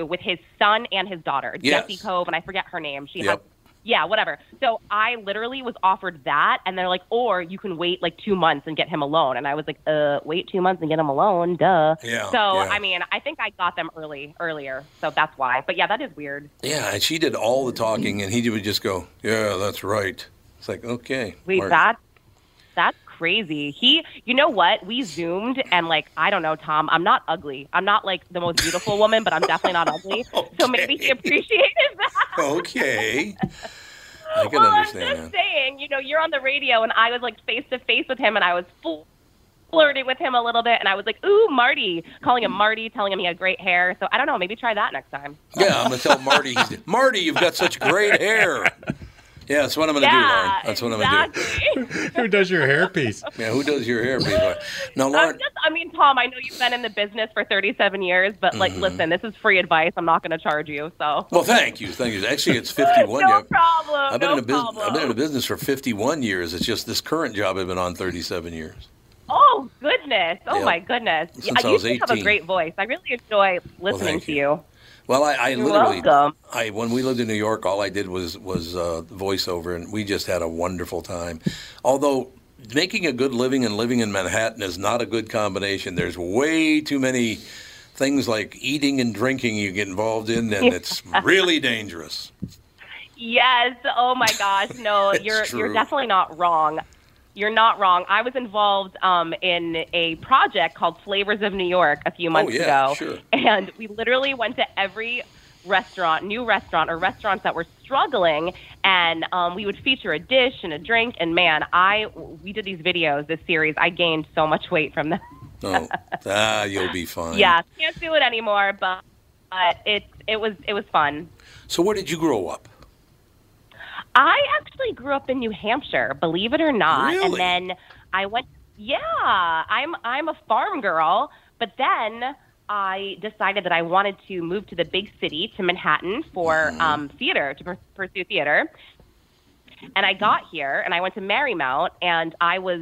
S8: with his son and his daughter,
S1: Yes.
S8: Jesse Cove, and I forget her name. She
S1: Yep.
S8: had yeah, whatever. So I literally was offered that, and they're like, or you can wait like two months and get him alone. And I was like, uh, wait two months and get him alone, duh.
S1: Yeah,
S8: So
S1: yeah.
S8: I mean, I think I got them early earlier, so that's why. But yeah, that is weird.
S1: Yeah, and she did all the talking, and he would just go, "Yeah, that's right." It's like, okay,
S8: Wait,
S1: Mark.
S8: that that's crazy. He, you know what? We zoomed and like I don't know, Tom. I'm not ugly. I'm not like the most beautiful woman, but I'm definitely not
S1: <laughs>
S8: ugly. So maybe he appreciated
S1: <laughs>
S8: that.
S1: okay. I can
S8: well, I'm
S1: understand that.
S8: just saying, you know, you're on the radio, and I was like face to face with him, and I was fl- flirting with him a little bit, and I was like, "Ooh, Marty," calling him Marty, telling him he had great hair. So I don't know. Maybe try that next time.
S1: Yeah, I'm gonna tell Marty. He's, Marty, you've got such great hair. Yeah, that's what I'm gonna do, Lauren.
S8: yeah,
S1: That's what I'm gonna do.
S8: exactly.
S2: Who does your hairpiece?
S1: Yeah, who does your hair, people? Now,
S8: I'm
S1: Lauren.
S8: just, I mean, Tom, I know you've been in the business for 37 years, but like,
S1: Mm-hmm.
S8: listen, this is free advice. I'm not going to charge you. So,
S1: Well, thank you, thank you. Actually, it's 51.
S8: <laughs> no
S1: yeah.
S8: problem.
S1: I've been
S8: Oh, no
S1: in a business.
S8: problem.
S1: I've been in a business for 51 years. It's just this current job I've been on 37 years.
S8: oh, goodness. Oh,
S1: Yeah.
S8: my goodness.
S1: Since
S8: Yeah,
S1: I
S8: you
S1: was
S8: do have a
S1: 18.
S8: great voice. I really enjoy listening
S1: thank
S8: to
S1: you.
S8: you.
S1: Well, I, I
S8: You're
S1: literally,
S8: welcome.
S1: I when we lived in New York, all I did was was uh, voiceover, and we just had a wonderful time. Although making a good living and living in Manhattan is not a good combination. There's way too many things like eating and drinking you get involved in, and it's really dangerous.
S8: Yes. Oh my gosh.
S1: <laughs>
S8: No, you're
S1: true.
S8: you're definitely not wrong. You're not wrong. I was involved um, in a project called Flavors of New York a few months
S1: Oh, yeah,
S8: ago,
S1: sure.
S8: and we literally went to every restaurant, new restaurant or restaurants that were struggling, and um, we would feature a dish and a drink. And man, I we did these videos, this series. I gained so much weight from them. <laughs>
S1: Oh, ah, you'll be fine.
S8: Yeah, can't do it anymore, but. But it it was it was fun.
S1: So where did you grow up?
S8: I actually grew up in New Hampshire, believe it or not. And
S1: Really?
S8: then I went yeah, I'm I'm a farm girl, but then I decided that I wanted to move to the big city to Manhattan for um, theater to pur- pursue theater. And I got here and I went to Marymount and I was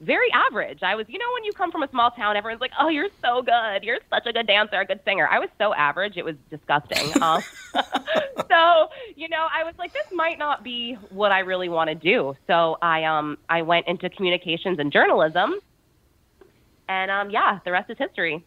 S8: very average. I was, you know, when you come from a small town, everyone's like, "Oh, you're so good. You're such a good dancer, a good singer." I was so average; it was disgusting. Um, <laughs> so you know i was like this might not be what i really want to do so i um i went into communications and journalism and um yeah the rest is history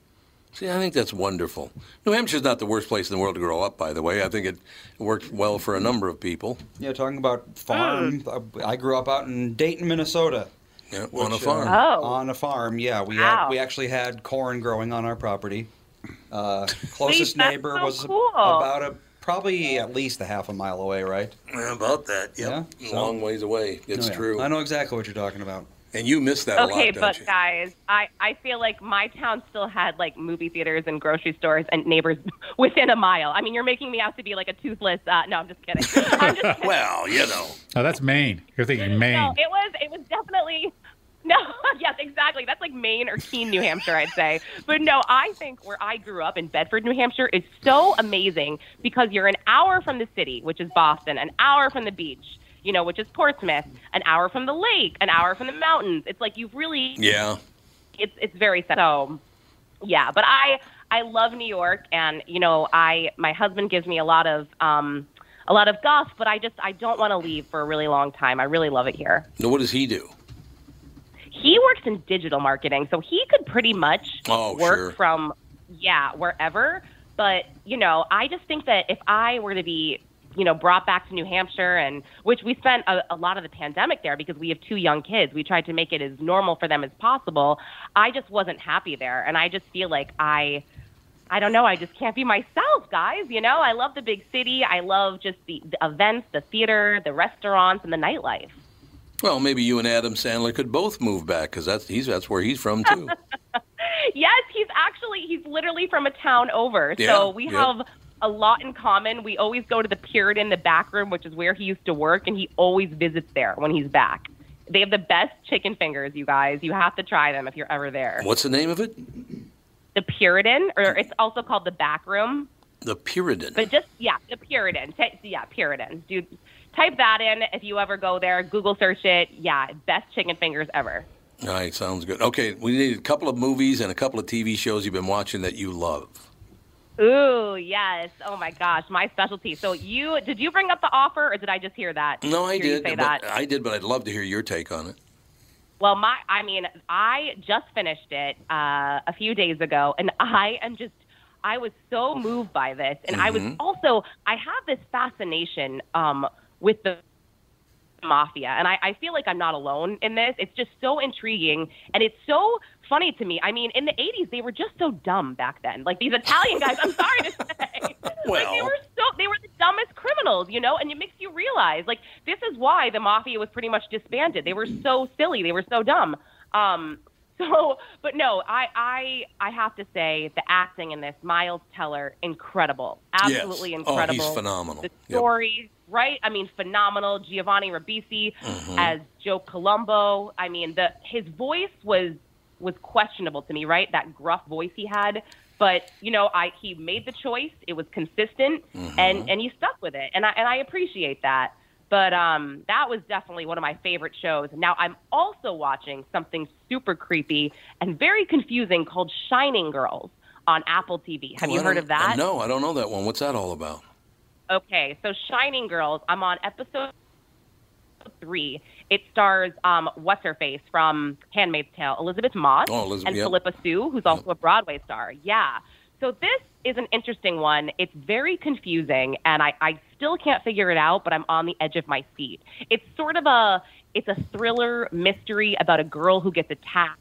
S1: See, I think that's wonderful. New Hampshire's not the worst place in the world to grow up, by the way. I think it worked well for a number of people.
S3: Yeah, talking about farm.
S8: Mm.
S3: I grew up out in Dayton, Minnesota.
S1: Yeah, on a
S3: which, uh,
S1: farm.
S8: Oh.
S3: On a farm, yeah. We
S8: Wow.
S3: had we actually had corn growing on our property.
S8: <laughs>
S3: Uh, closest
S8: that's
S3: neighbor
S8: so
S3: was
S8: cool.
S3: about a probably at least a half a mile away, right?
S1: Yeah, About that, yep.
S3: Yeah,
S1: A
S3: so-
S1: long ways away. It's
S3: Oh, yeah.
S1: true.
S3: I know exactly what you're talking about.
S1: <laughs> And you miss that
S8: okay
S1: a lot, don't
S8: but
S1: you?
S8: guys i i feel like my town still had like movie theaters and grocery stores and neighbors <laughs> within a mile i mean you're making me out to be like a toothless uh no i'm just
S1: <laughs>
S8: kidding i'm just kidding
S1: Well, you know.
S2: Now Oh, that's Maine. You're thinking
S8: no
S2: Maine.
S8: it was it was definitely <laughs> no yes exactly that's like maine or keene new hampshire i'd say but no i think where i grew up in bedford new hampshire is so amazing because you're an hour from the city which is boston an hour from the beach you know which is portsmouth an hour from the lake an hour from the mountains it's like you've really
S1: Yeah.
S8: it's it's very sad. so yeah but i i love new york and you know i my husband gives me a lot of um a lot of guff but i just i don't want to leave for a really long time i really love it here
S1: Now, what does he do?
S8: he works in digital marketing, so he could pretty much
S1: Oh,
S8: work
S1: sure.
S8: from yeah wherever. But you know, I just think that if I were to be you know brought back to New Hampshire, and which we spent a, a lot of the pandemic there because we have two young kids, we tried to make it as normal for them as possible. I just wasn't happy there, and I just feel like I. I don't know. I just can't be myself, guys. You know, I love the big city. I love just the, the events, the theater, the restaurants, and the nightlife.
S1: Well, maybe you and Adam Sandler could both move back because that's he's that's where he's from
S8: <laughs>
S1: too.
S8: Yes, he's actually he's literally from a town over.
S1: Yeah,
S8: so we
S1: yeah.
S8: have a lot in common. We always go to the Puritan, the back room, which is where he used to work, and he always visits there when he's back. They have the best chicken fingers, you guys. You have to try them if you're ever there.
S1: What's the name of it?
S8: The Puritan, or it's also called the back room.
S1: The Puritan.
S8: But just yeah, the Puritan. Ty- yeah, Puritan. Dude, type that in if you ever go there. Google search it. Yeah, best chicken fingers ever.
S1: All right, sounds good. Okay, we need a couple of movies and a couple of TV shows you've been watching that you love.
S8: Ooh, yes. Oh my gosh, my specialty. So you did you bring up the offer, or did I just hear that?
S1: No, I
S8: Hear
S1: did.
S8: You say
S1: but, uh,
S8: that.
S1: I did, but I'd love to hear your take on it.
S8: Well, my, I mean, I just finished it uh, a few days ago, and I am just, I was so moved by this, and I was
S1: Mm-hmm.
S8: also, I have this fascination um, with the mafia, and I, I feel like I'm not alone in this. It's just so intriguing, and it's so funny to me. I mean, in the '80s, they were just so dumb back then. Like these Italian guys, I'm sorry to say, <laughs> like they
S1: Well.
S8: were so they were the dumbest criminals, you know. And it makes you realize, like, this is why the mafia was pretty much disbanded. They were so silly, they were so dumb. Um, <laughs> so, but no, I, I, I have to say the acting in this, Miles Teller, incredible, absolutely
S1: yes.
S8: incredible.
S1: Oh, he's phenomenal.
S8: The
S1: Yep.
S8: story, right? I mean, phenomenal. Giovanni Ribisi as Joe Colombo. I mean, the his voice was was questionable to me, right? That gruff voice he had, but you know, I he made the choice. It was consistent, and and he stuck with it, and I and I appreciate that. But um, that was definitely one of my favorite shows. Now I'm also watching something super creepy and very confusing called Shining Girls on Apple TV. Have
S1: Oh,
S8: you
S1: I
S8: heard
S1: don't-
S8: of that?
S1: No, I don't know that one. What's that all about?
S8: Okay, so Shining Girls. I'm on episode three. It stars um, what's her face from Handmaid's Tale, Elizabeth Moss,
S1: Oh, Elizabeth,
S8: and
S1: yep.
S8: Philippa Sue, who's also a Broadway star. Yeah. So this is an interesting one. It's very confusing, and I, I still can't figure it out. But I'm on the edge of my seat. It's sort of a it's a thriller mystery about a girl who gets attacked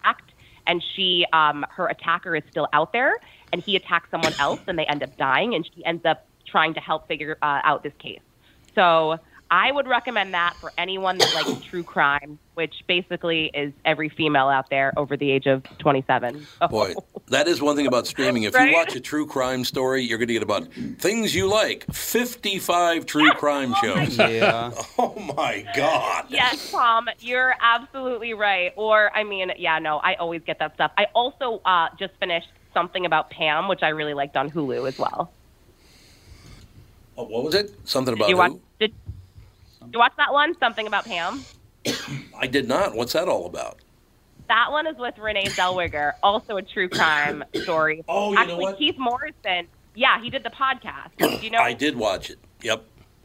S8: attacked, and she um, her attacker is still out there and he attacks someone else and they end up dying and she ends up trying to help figure uh, out this case so i would recommend that for anyone that likes true crime which basically is every female out there over the age of Oh. 27
S1: Boy, that is one thing about streaming. If you
S8: Right?
S1: watch a true crime story, you're going to get about things you like 55
S8: <laughs> Oh
S1: true crime shows.
S3: Yeah.
S1: Oh my God.
S8: yes, Tom, you're absolutely right. Or, I mean, yeah, no, I always get that stuff. I also uh, just finished something about Pam, which I really liked on Hulu as well.
S1: Oh, what was it? Something about
S8: Did you watch?
S1: who?
S8: Did you watch that one? Something about Pam.
S1: I did not. What's that all about?
S8: That one is with Renee Zellweger, also a
S1: <clears throat>
S8: true crime story.
S1: Oh, you know
S8: Actually,
S1: what?
S8: Keith Morrison. Yeah, he did the podcast. Do you know?
S1: I did watch it. Yep.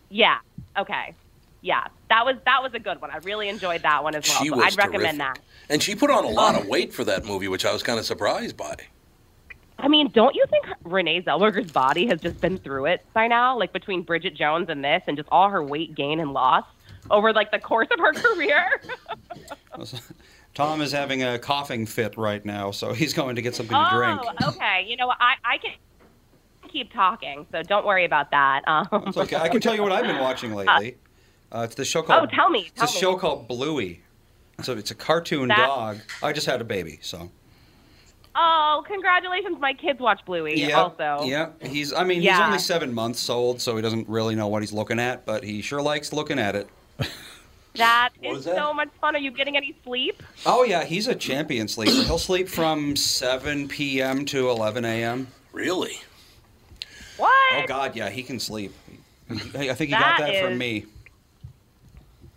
S8: Yeah. Okay. Yeah, that was that was a good one. I really enjoyed that one as well.
S1: She
S8: so
S1: was
S8: I'd recommend
S1: terrific.
S8: that.
S1: And she put on a lot
S8: Oh.
S1: of weight for that movie, which I was kind of surprised by.
S8: I mean, don't you think Renee Zellweger's body has just been through it by now? Like between Bridget Jones and this, and just all her weight gain and loss over like the course of her <laughs> career.
S3: Tom is having a coughing fit right now, so <laughs> he's going to get something to drink.
S8: oh, okay. You know, what? I I can keep talking, so don't worry about that. Um,
S3: It's okay. I can tell you what I've
S8: <laughs>
S3: been watching lately. Uh, it's the show called.
S8: Oh, tell me,
S3: It's a
S8: tell me.
S3: show called Bluey. So it's a cartoon
S8: That-
S3: dog. I just had a baby, so.
S8: Oh, congratulations! My kids watch Bluey also.
S3: Yeah. He's. I mean, he's
S8: Yeah.
S3: only seven months old, so he doesn't really know what he's looking at, but he sure likes looking at it.
S8: That
S1: What was
S8: is
S1: that?
S8: so much fun. Are you getting any sleep?
S3: Oh yeah, he's a champion sleeper. He'll sleep from 7 p.m. to 11 a.m.
S1: Really?
S8: What?
S3: Oh God, yeah, he can sleep. I I think he got
S8: That
S3: that from
S8: is-
S3: me.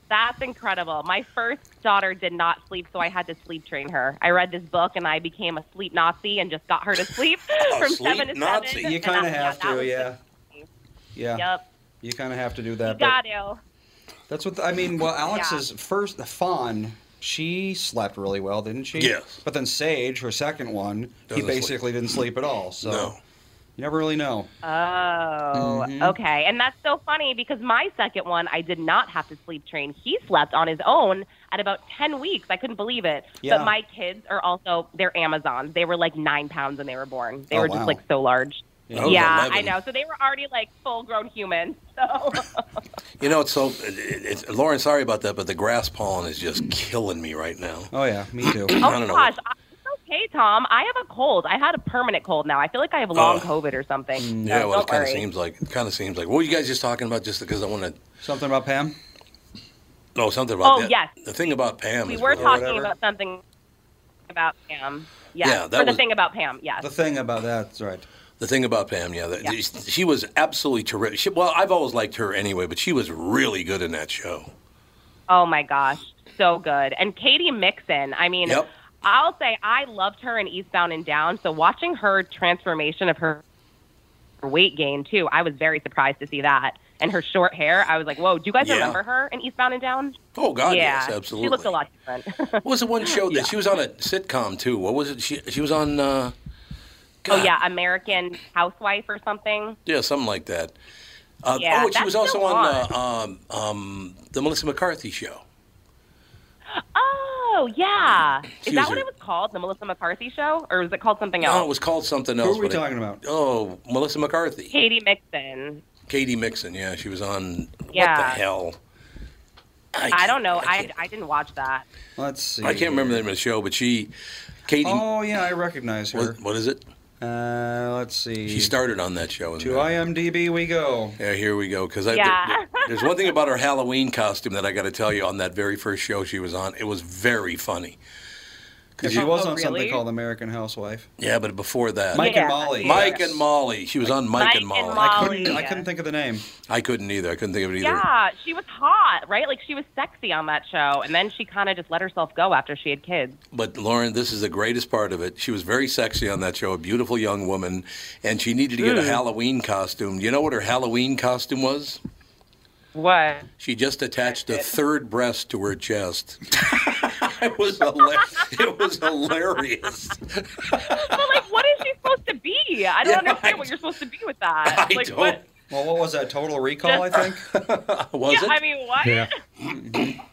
S8: That's incredible. My first daughter did not sleep, so I had to sleep train her. I read this book and I became a sleep Nazi and just got her to
S3: <laughs>
S8: sleep from
S1: sleep
S8: seven to
S1: Nazi.
S8: seven.
S3: You
S8: And
S3: kind
S8: that-
S3: of have
S8: that
S3: to,
S8: was
S3: yeah. Yeah,
S8: The, yep.
S3: you kind of have to do that. but-
S8: Got to.
S3: That's what I mean. Well, Alex's
S8: Yeah.
S3: first fawn, she slept really well, didn't she?
S1: Yes.
S3: But then Sage, her second one,
S1: Doesn't
S3: he basically didn't sleep at all. So
S1: No.
S3: you never really know.
S8: Oh,
S1: Mm-hmm.
S8: okay. And that's so funny because my second one, I did not have to sleep train. He slept on his own at about 10 weeks. I couldn't believe it.
S3: Yeah.
S8: But my kids are also, they're Amazons. They were like nine pounds when they were born. They
S3: Oh,
S8: were
S3: wow.
S8: just like so large.
S1: I was
S8: yeah,
S1: 11.
S8: I know. So they were already like full grown humans. <laughs> So.
S1: You know, it's so. It's, Lauren, sorry about that, but the grass pollen is just killing me right now.
S3: Oh yeah, me too.
S8: Oh <coughs>
S1: I don't know.
S8: gosh, I- it's so Hey, Tom, I have a cold. I had a permanent cold now. I feel like I have long
S1: Ugh. Mm,
S8: COVID or something.
S1: Yeah,
S8: So
S1: well, it
S8: don't
S1: kind of
S8: worry.
S1: seems like it kind of seems like. What were you guys just talking about? Just because I want to
S3: Something about Pam?
S1: know something about
S8: Oh,
S1: that.
S8: yes.
S1: The thing about Pam
S8: We
S1: is
S8: were
S1: really-
S8: talking
S3: whatever.
S8: about something about Pam. Yeah,
S1: Yeah, that
S8: for the
S1: was-
S8: thing about Pam. Yes.
S3: The thing about that's right.
S1: The thing about Pam, yeah, that,
S8: Yeah.
S1: she was absolutely terrific. She, well, I've always liked her anyway, but she was really good in that show.
S8: Oh my gosh, so good. And Katie Mixon, I mean,
S1: Yep.
S8: I'll say I loved her in Eastbound and Down. So watching her transformation of her weight gain too, I was very surprised to see that. And her short hair, I was like, whoa, do you guys
S1: Yeah.
S8: remember her in Eastbound and Down?
S1: Oh God,
S8: yeah,
S1: yes, absolutely.
S8: She looked a lot different. <laughs>
S1: What was the one show that
S8: Yeah.
S1: she was on a sitcom too? What was it? She she was on. Uh,
S8: oh
S1: God,
S8: yeah, American Housewife or something.
S1: yeah, something like that. Uh,
S8: Yeah,
S1: oh, and she
S8: that's
S1: was also
S8: still
S1: on uh, um, um, the Melissa McCarthy show.
S8: Oh yeah,
S1: She
S8: is that
S1: was
S8: what
S1: her-
S8: it was called? The Melissa McCarthy show, or was it called something
S1: No,
S8: else?
S1: it was called something
S3: Who
S1: else.
S3: are we
S1: but it-
S3: talking about?
S1: Oh, Melissa McCarthy.
S8: Katie Mixon.
S1: Katie Mixon, yeah, she was on. What
S8: Yeah.
S1: the hell?
S8: I don't know. I,
S1: can't,
S8: I didn't watch that.
S3: Let's see.
S1: I can't remember the name of the show, but she, Katie,
S3: Oh yeah, I recognize her.
S1: what, what is it?
S3: Uh, let's see.
S1: She started on that show.
S3: to IMDb we go.
S1: Yeah, here we go. Because
S8: Yeah.
S1: there's one thing about her Halloween costume that I got to tell you. On that very first show she was on, it was very funny.
S3: Because she was
S8: Oh,
S3: on something
S8: really?
S3: called American Housewife.
S1: Yeah, but before that,
S3: Mike
S8: Yeah.
S3: and Molly.
S1: Mike and Molly. She was on Mike,
S8: Mike
S1: and
S8: and
S1: Molly.
S8: Molly.
S3: I couldn't, I
S8: Yeah.
S3: couldn't think of the name.
S1: I couldn't either. I couldn't think of it either.
S8: Yeah, she was hot, right? Like she was sexy on that show, and then she kind of just let herself go after she had kids.
S1: But Lauren, this is the greatest part of it. She was very sexy on that show, a beautiful young woman, and she needed to get a
S3: Hmm.
S1: Halloween costume. You know what her Halloween costume was?
S8: What?
S1: She just attached a third breast to her chest. <laughs> it was hila- it was hilarious. <laughs>
S8: But like, what is she supposed to be? I don't
S1: Yeah,
S8: understand
S1: I-
S8: what you're supposed to be with that.
S1: I
S8: like,
S1: don't.
S8: What?
S3: Well, what was that? Total Recall, I think.
S1: Was
S8: Yeah,
S1: Oh, it?
S8: I mean, what?
S2: Yeah.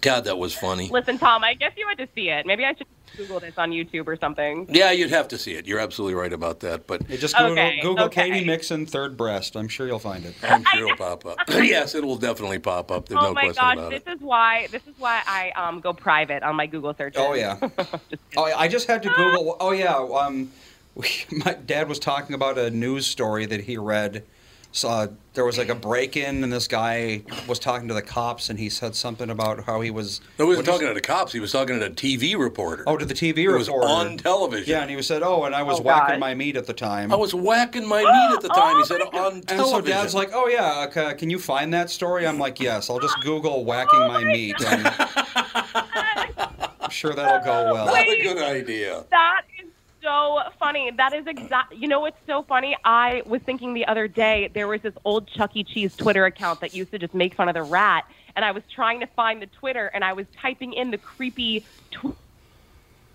S1: God, that was funny.
S8: Listen, Tom, I guess you had to see it. Maybe I should Google this on YouTube or something.
S1: Yeah, you'd have to see it. You're absolutely right about that. But
S3: Yeah, just Google,
S8: <laughs> Okay,
S3: Google
S8: okay.
S3: Katie Mixon third breast. I'm sure you'll find it.
S1: I'm sure it'll pop up. <clears throat> yes, it will definitely pop up. There's
S8: oh
S1: no
S8: my
S1: question
S8: gosh,
S1: about
S8: this
S1: it.
S8: is why this is why I um go private on my Google searches.
S3: Oh
S8: <laughs>
S3: yeah. Oh, I just had to Google. Oh yeah. Um, <laughs> we, my dad was talking about a news story that he read. Saw there was like a break-in, and this guy was talking to the cops, and he said something about how he was.
S1: No, he
S3: what
S1: wasn't
S3: is-
S1: talking to the cops. He was talking to a TV reporter.
S3: Oh, to the TV
S1: it was
S3: reporter.
S1: on television.
S3: Yeah, and he was said, "Oh, and I was
S8: Oh,
S3: whacking
S8: God.
S3: my meat at the time."
S1: I was whacking my meat at the time. he
S8: Oh,
S1: said on
S3: and
S1: television.
S3: so Dad's like, "Oh yeah, ca- can you find that story?" I'm like, "Yes, I'll just Google whacking my, meat." And I'm sure that'll go
S8: <laughs>
S3: well.
S1: not a good idea.
S8: That is so funny. That is exact. You know what's so funny? I was thinking the other day there was this old Chuck E. Cheese Twitter account that used to just make fun of the rat, and I was trying to find the Twitter, and I was typing in the creepy tw-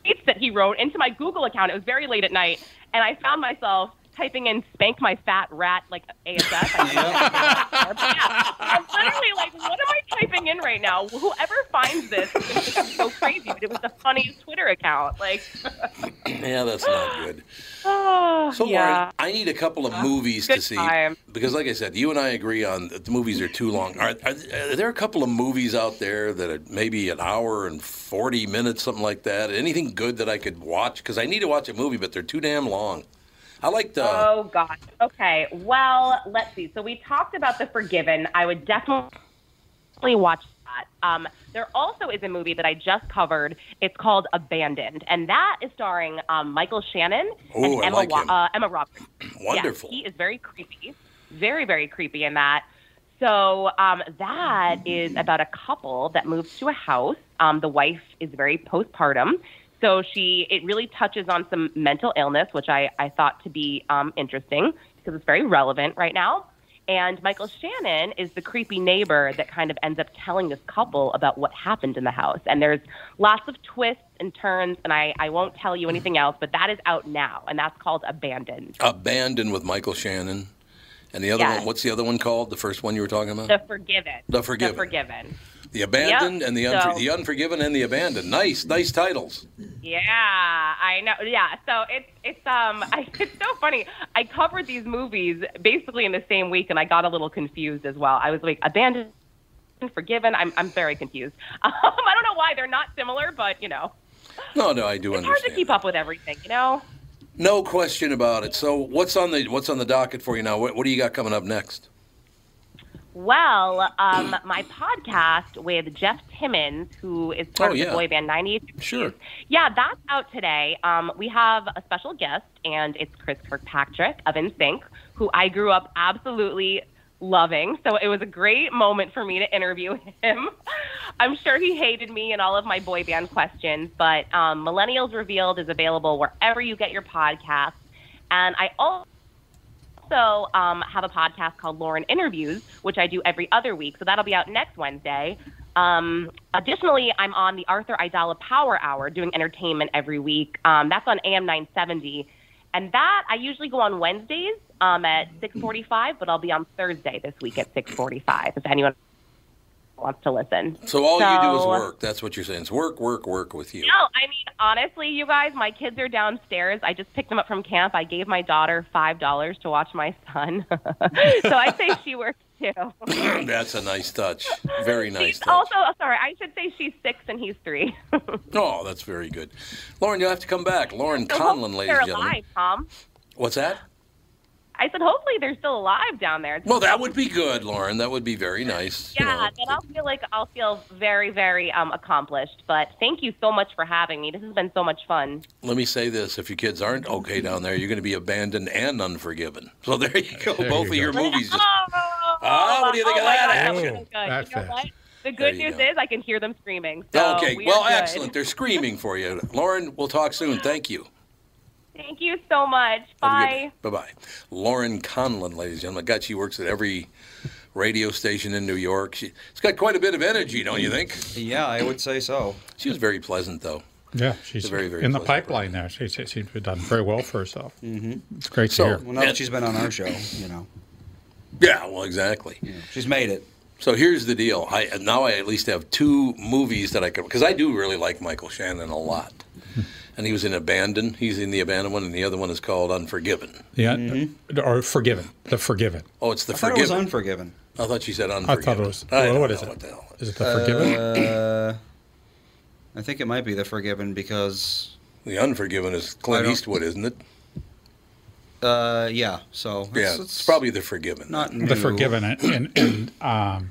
S8: tweets that he wrote into my Google account. It was very late at night, and I found myself typing in "spank my fat rat" like ASF. I yeah. I'm literally like, what am I typing in right now? Whoever finds this is going to be so crazy, but it was the funniest Twitter account. Like,
S1: Yeah, that's not good.
S8: oh,
S1: So, uh,
S8: yeah. Uh,
S1: Lauren, I need a couple of movies to
S8: good
S1: see
S8: time.
S1: because, like I said, you and I agree on that the movies are too long. Are, are, are there a couple of movies out there that are maybe an hour and forty minutes, something like that? Anything good that I could watch? Because I need to watch a movie, but they're too damn long. I uh, like the.
S8: Oh gosh. Okay. Well, let's see. So we talked about the Forgiven. I would definitely watch that. Um, there also is a movie that I just covered. It's called Abandoned, and that is starring um, Michael Shannon and
S1: Ooh, I
S8: Emma
S1: like
S8: Wa-
S1: him.
S8: Uh, Emma Roberts.
S1: Wonderful.
S8: Yeah, he is very creepy, very very creepy in that. So um, that is about a couple that moves to a house. Um, the wife is very postpartum, so she it really touches on some mental illness, which I I thought to be um, interesting because it's very relevant right now. And Michael Shannon is the creepy neighbor that kind of ends up telling this couple about what happened in the house. And there's lots of twists and turns, and I, I won't tell you anything else, but that is out now, and that's called Abandoned.
S1: Abandoned with Michael Shannon. And the other
S8: Yes.
S1: one, what's the other one called? The first one you were talking about?
S8: The Forgiven.
S1: The Forgiven.
S8: The Forgiven.
S1: the Abandoned
S8: Yep,
S1: and the, unfor-
S8: so-
S1: the Unforgiven and the Abandoned. Nice, nice titles.
S8: Yeah, I know. Yeah, so it's it's um <laughs> I, it's so funny. I covered these movies basically in the same week, and I got a little confused as well. I was like Abandoned, <laughs> Forgiven. I'm I'm very confused. Um, I don't know why they're not similar, but you know.
S1: No, no, I do
S8: It's hard to
S1: understand.
S8: keep up with everything, you know?
S1: No question about it. So what's on the what's on the docket for you now? What, what do you got coming up next?
S8: Well, um, my podcast with Jeff Timmons, who is part
S1: Oh,
S8: of
S1: yeah.
S8: the boy band 98.
S1: Sure.
S8: Yeah, that's out today. Um, we have a special guest, and it's Chris Kirkpatrick of NSYNC, who I grew up absolutely loving. So it was a great moment for me to interview him. <laughs> I'm sure he hated me and all of my boy band questions, but um, Millennials Revealed is available wherever you get your podcasts. And I also also um, have a podcast called Lauren Interviews, which I do every other week. So that'll be out next Wednesday. Um, additionally, I'm on the Arthur Idala Power Hour doing entertainment every week. Um, that's on AM 970. And that I usually go on Wednesdays um, at 6:45, but I'll be on Thursday this week at 6:45 if anyone wants to listen.
S1: So all you do is
S8: So-
S1: work. That's what you're saying. It's work, work, work with you.
S8: no, I mean, honestly, you guys, my kids are downstairs. I just picked them up from camp. I gave my daughter $5 to watch my son. <laughs> so I say she works too.
S1: <clears throat> That's a nice touch.
S8: <laughs>
S1: Very nice
S8: She's
S1: touch.
S8: also, oh, sorry, I should say she's six and he's three. <laughs> so
S1: Oh, that's very good. Lauren, you'll have to come back. Lauren
S8: hopefully
S1: Conlon, ladies
S8: they're
S1: and gentlemen.
S8: alive, Tom.
S1: What's that?
S8: I said, hopefully they're still alive down there.
S1: Well, that would be good, Lauren. That would be very nice. you
S8: yeah,
S1: know.
S8: then I'll feel like I'll feel very, very um, accomplished. But thank you so much for having me. This has been so much fun.
S1: Let me say this: if your kids aren't okay down there, you're going to be abandoned and unforgiven. So there you go.
S2: <laughs> There
S1: Both
S2: you
S1: of
S2: go.
S1: your movies. Just,
S8: Oh,
S1: Ah, what do you think
S8: oh
S1: of
S8: my
S1: that
S8: God,
S2: action?
S8: was so
S2: That
S8: good. You know
S2: fast.
S8: what? The
S1: There
S8: good
S1: you
S8: news
S1: go.
S8: is I can hear them screaming. <laughs> So
S1: okay.
S8: we are
S1: Well,
S8: good.
S1: excellent. They're screaming for you, Lauren. We'll talk soon. Thank you.
S8: Thank you so much. Bye.
S1: Bye bye. Lauren Conlon, ladies and gentlemen. God, she works at every radio station in New York. She, she's got quite a bit of energy, don't you think?
S3: Yeah, I would say so.
S1: She was very pleasant, though.
S2: Yeah, she's
S1: very, very
S2: in the
S1: pleasant
S2: pipeline there. She, she, she's done very well for herself. Mm-hmm. It's great to
S1: So-
S2: hear.
S3: Well, now that she's been on our show, you know,
S1: Yeah, well, exactly.
S3: you know, she's made it.
S1: So here's the deal. I now I at least have two movies that I could because I do really like Michael Shannon a
S3: <laughs>
S1: lot, and he was in Abandon. He's in the Abandon one, and the other one is called Unforgiven.
S2: Yeah,
S1: mm-hmm.
S2: or forgiven, the forgiven.
S1: Oh, it's the
S3: I thought it was
S1: Forgiven.
S3: Unforgiven.
S1: I thought she said
S2: I
S1: Unforgiven.
S2: thought it was.
S1: I
S2: well,
S1: don't
S2: what is
S1: know
S2: it?
S1: What the hell?
S2: Is it the forgiven?
S1: Uh,
S3: I think it might be The Forgiven because,
S1: The Unforgiven is
S3: I
S1: Clint
S3: don't-
S1: Eastwood, isn't it?
S3: uh, yeah. So it's,
S1: yeah, it's probably the Forgiven.
S3: not new.
S2: the forgiven, and, and, and um,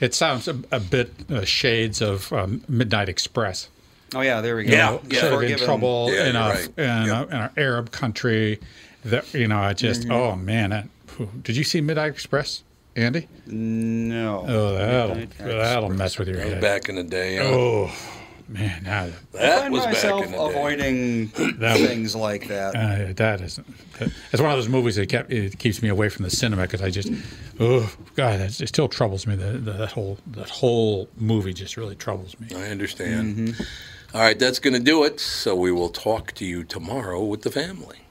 S2: it sounds a, a bit uh, shades of um, Midnight Express.
S3: Oh yeah, there we go.
S1: Yeah,
S3: The
S1: yeah.
S2: sort of in
S3: Forgiven.
S2: trouble
S1: Yeah,
S2: in, a,
S1: you're right.
S2: in, a, in an Arab country. That you know, I just oh man, that, phew. did you see Midnight Express, Andy?
S3: No.
S2: Oh, that'll that'll mess with your head.
S1: Back in the day, uh,
S2: Oh man, that,
S3: I
S1: that
S3: find
S1: was back
S3: myself
S1: in the day.
S3: avoiding things like that.
S2: uh, that isn't. that- it's one of those movies that kept it keeps me away from the cinema because I just oh god, that's- it still troubles me. The, the, that whole that whole movie just really troubles me.
S1: I
S3: Mm-hmm.
S1: understand. All right, that's going to do it. So we will talk to you tomorrow with the family.